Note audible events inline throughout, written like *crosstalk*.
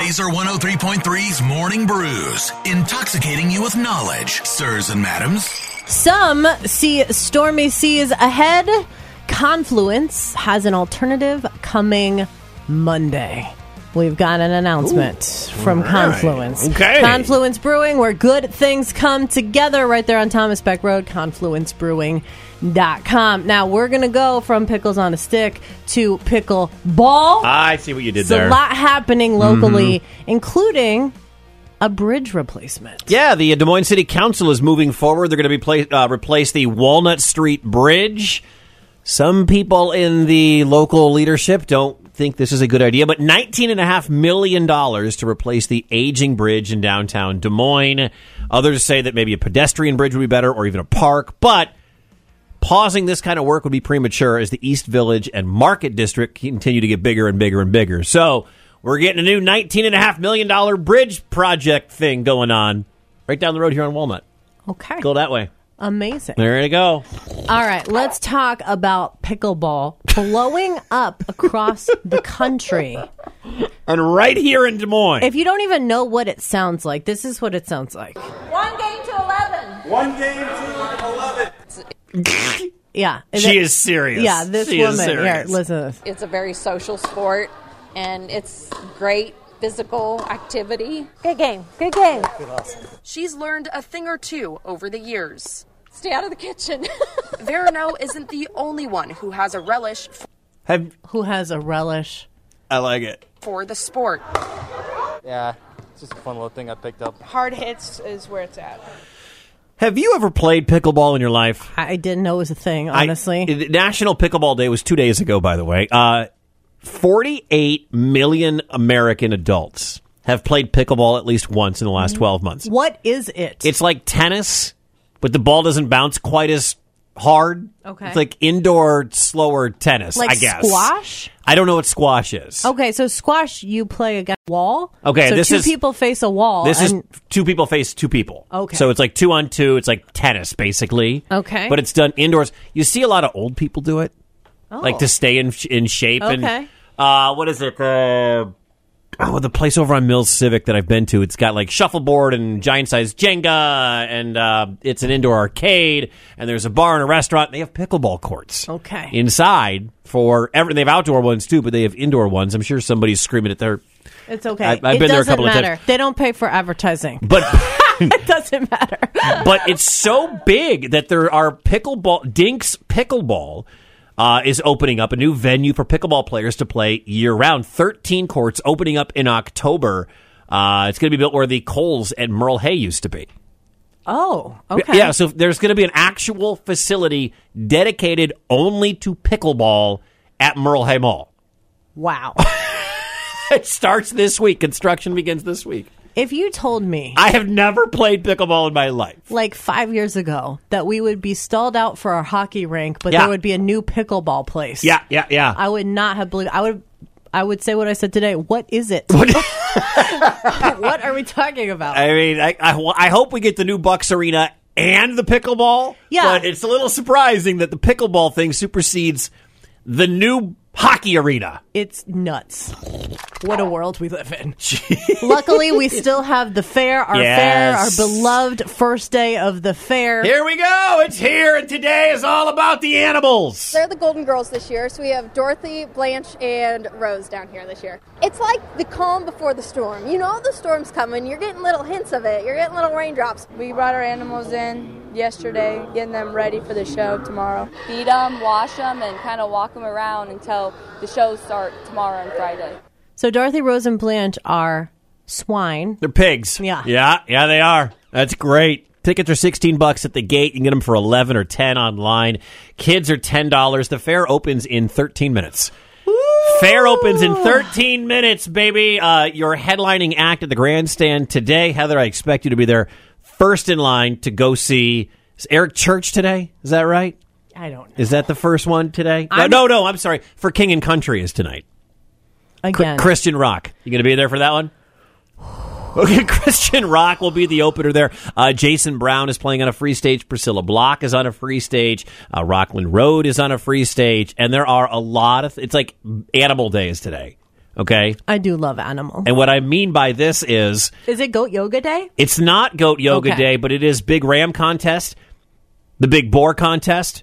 Laser 103.3's Morning Brews, intoxicating you with knowledge, sirs and madams. Some see stormy seas ahead. Confluence has an alternative coming Monday. We've got an announcement from Confluence. Okay. Confluence Brewing, where good things come together, right there on Thomas Beck Road, confluencebrewing.com. Now, we're going to go from pickles on a stick to pickle ball. I see what you did There's a Ah, there. Mm-hmm. lot happening locally, including a bridge replacement. Yeah, the uh, Des Moines City Council is moving forward. They're going to be pla- uh, replace the Walnut Street Bridge. Some people in the local leadership don't think this is a good idea, but $19.5 million to replace the aging bridge in downtown Des Moines. Others say that maybe a pedestrian bridge would be better or even a park, but pausing this kind of work would be premature as the East Village and Market District continue to get bigger and bigger and bigger. So we're getting a new $19.5 million bridge project thing going on right down the road here on Walnut. Okay. Go that way. Amazing. There you go. All right, let's talk about pickleball blowing up across the country. And right here in Des Moines. If you don't even know what it sounds like, this is what it sounds like. One game to 11. One game to 11. Yeah. she it- is serious. Yeah, this She is woman. Here, serious. listen to this. It's a very social sport and it's great physical activity. Good game. Good game. She's learned a thing or two over the years. Stay out of the kitchen. *laughs* Verano isn't the only one who has a relish Have, Who has a relish? I like it. for the sport. Yeah, it's just a fun little thing I picked up. Hard hits is where it's at. Have you ever played pickleball in your life? I I didn't know it was a thing, I- honestly. I- National Pickleball Day was two days ago, by the way. Uh, 48 million American adults have played pickleball at least once in the last 12 months. what is it? It's like tennis, but the ball doesn't bounce quite as hard. Okay. It's like indoor, slower tennis, like I guess. squash? Oh, I don't know what squash is. Okay, so squash, you play against a wall. Okay, so this two is- people face a wall. This is and- two people face two people. Okay. So it's like two on two. It's like tennis, basically. Okay. But it's done indoors. You see a lot of old people do it, like to stay in in shape. Oh. Okay. And, uh, what is it? Uh, oh, the place over on Mills Civic that I've been to. It's got like shuffleboard and giant sized Jenga, and uh, it's an indoor arcade. And there's a bar and a restaurant. They have pickleball courts. Okay. Inside for every, they have outdoor ones too, but they have indoor ones. I'm sure somebody's screaming at their. It's okay. I- I've it been there a doesn't couple of times. matter. They don't pay for advertising. *laughs* But. it doesn't matter. but it's so big that there are pickleball Dinks Pickleball uh, is opening up a new venue for pickleball players to play year round. Thirteen courts opening up in October. Uh, it's going to be built where the Coles and Merle Hay used to be. Oh, okay. Yeah, so there's going to be an actual facility dedicated only to pickleball at Merle Hay Mall. *laughs* Wow. It starts this week. Construction begins this week. if you told me I have never played pickleball in my life. like five years ago that we would be stalled out for our hockey rink, but Yeah. there would be a new pickleball place. Yeah, yeah, yeah. I would not have believed. I would. I would say what I said today. What is it? *laughs* what are we talking about? I mean, I, I, well, I hope we get the new Bucks Arena and the pickleball. Yeah. But it's a little surprising that the pickleball thing supersedes the new hockey arena. it's nuts. What a world we live *laughs* in. Luckily, we still have the fair. Our Yes. fair, our beloved first day of the fair. Here we go. It's here, and today is all about the animals. They're the Golden Girls this year, so we have Dorothy, Blanche, and Rose down here this year. It's like the calm before the storm. You know the storm's coming. You're getting little hints of it. You're getting little raindrops. We brought our animals in yesterday, getting them ready for the show tomorrow. Feed them, wash them, and kind of walk them around until the shows start tomorrow and Friday. So Dorothy Rose and Blanche are swine. They're pigs. Yeah. Yeah, yeah, they are. That's great. Tickets are 16 bucks at the gate. You can get them for 11 or 10 online. Kids are $10. The fair opens in 13 minutes. Fair opens in 13 minutes, baby. Uh, your headlining act at the grandstand today. Heather, I expect you to be there first in line to go see is Eric Church today. Is that right? I don't know. Is that the first one today? No, I'm- no, no, I'm sorry. For King and Country is tonight. Cr- Again, Christian Rock. You going to be there for that one? *sighs* Okay, *laughs* Christian Rock will be the opener there. Uh, Jason Brown is playing on a free stage. Priscilla Block is on a free stage. Uh, Rockland Road is on a free stage. And there are a lot of, it's like animal days today. Okay. I do love animals. And what I mean by this is Is it goat yoga day? it's not goat yoga Okay. day, but it is big ram contest, the big boar contest,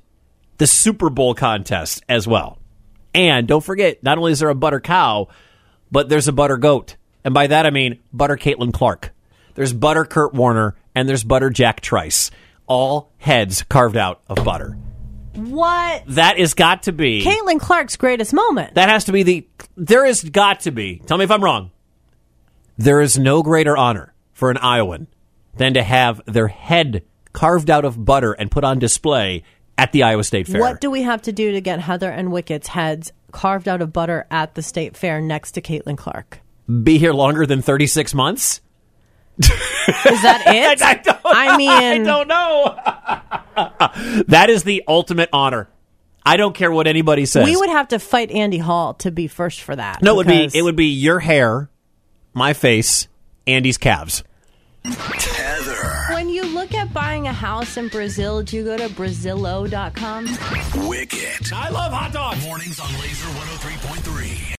the Super Bowl contest as well. And don't forget, not only is there a butter cow, but there's a butter goat. And by that I mean butter Caitlin Clark. There's butter Kurt Warner and there's butter Jack Trice. All heads carved out of butter. What? That has got to be Caitlin Clark's greatest moment. That has to be the. There has got to be. Tell me if I'm wrong. There is no greater honor for an Iowan than to have their head carved out of butter and put on display at the Iowa State Fair. What do we have to do to get Heather and Wicket's heads carved out of butter at the state fair next to Caitlin Clark? be here longer than 36 months? *laughs* Is that it? I don't. I mean, I don't know. *laughs* that is the ultimate honor. I don't care what anybody says. we would have to fight Andy Hall to be first for that. no, it would because- be it would be your hair, my face, Andy's calves. Heather, When you look at buying a house in Brazil, do you go to Brazilo.com? Wicket. I love hot dogs. oh Mornings on Laser 103.3.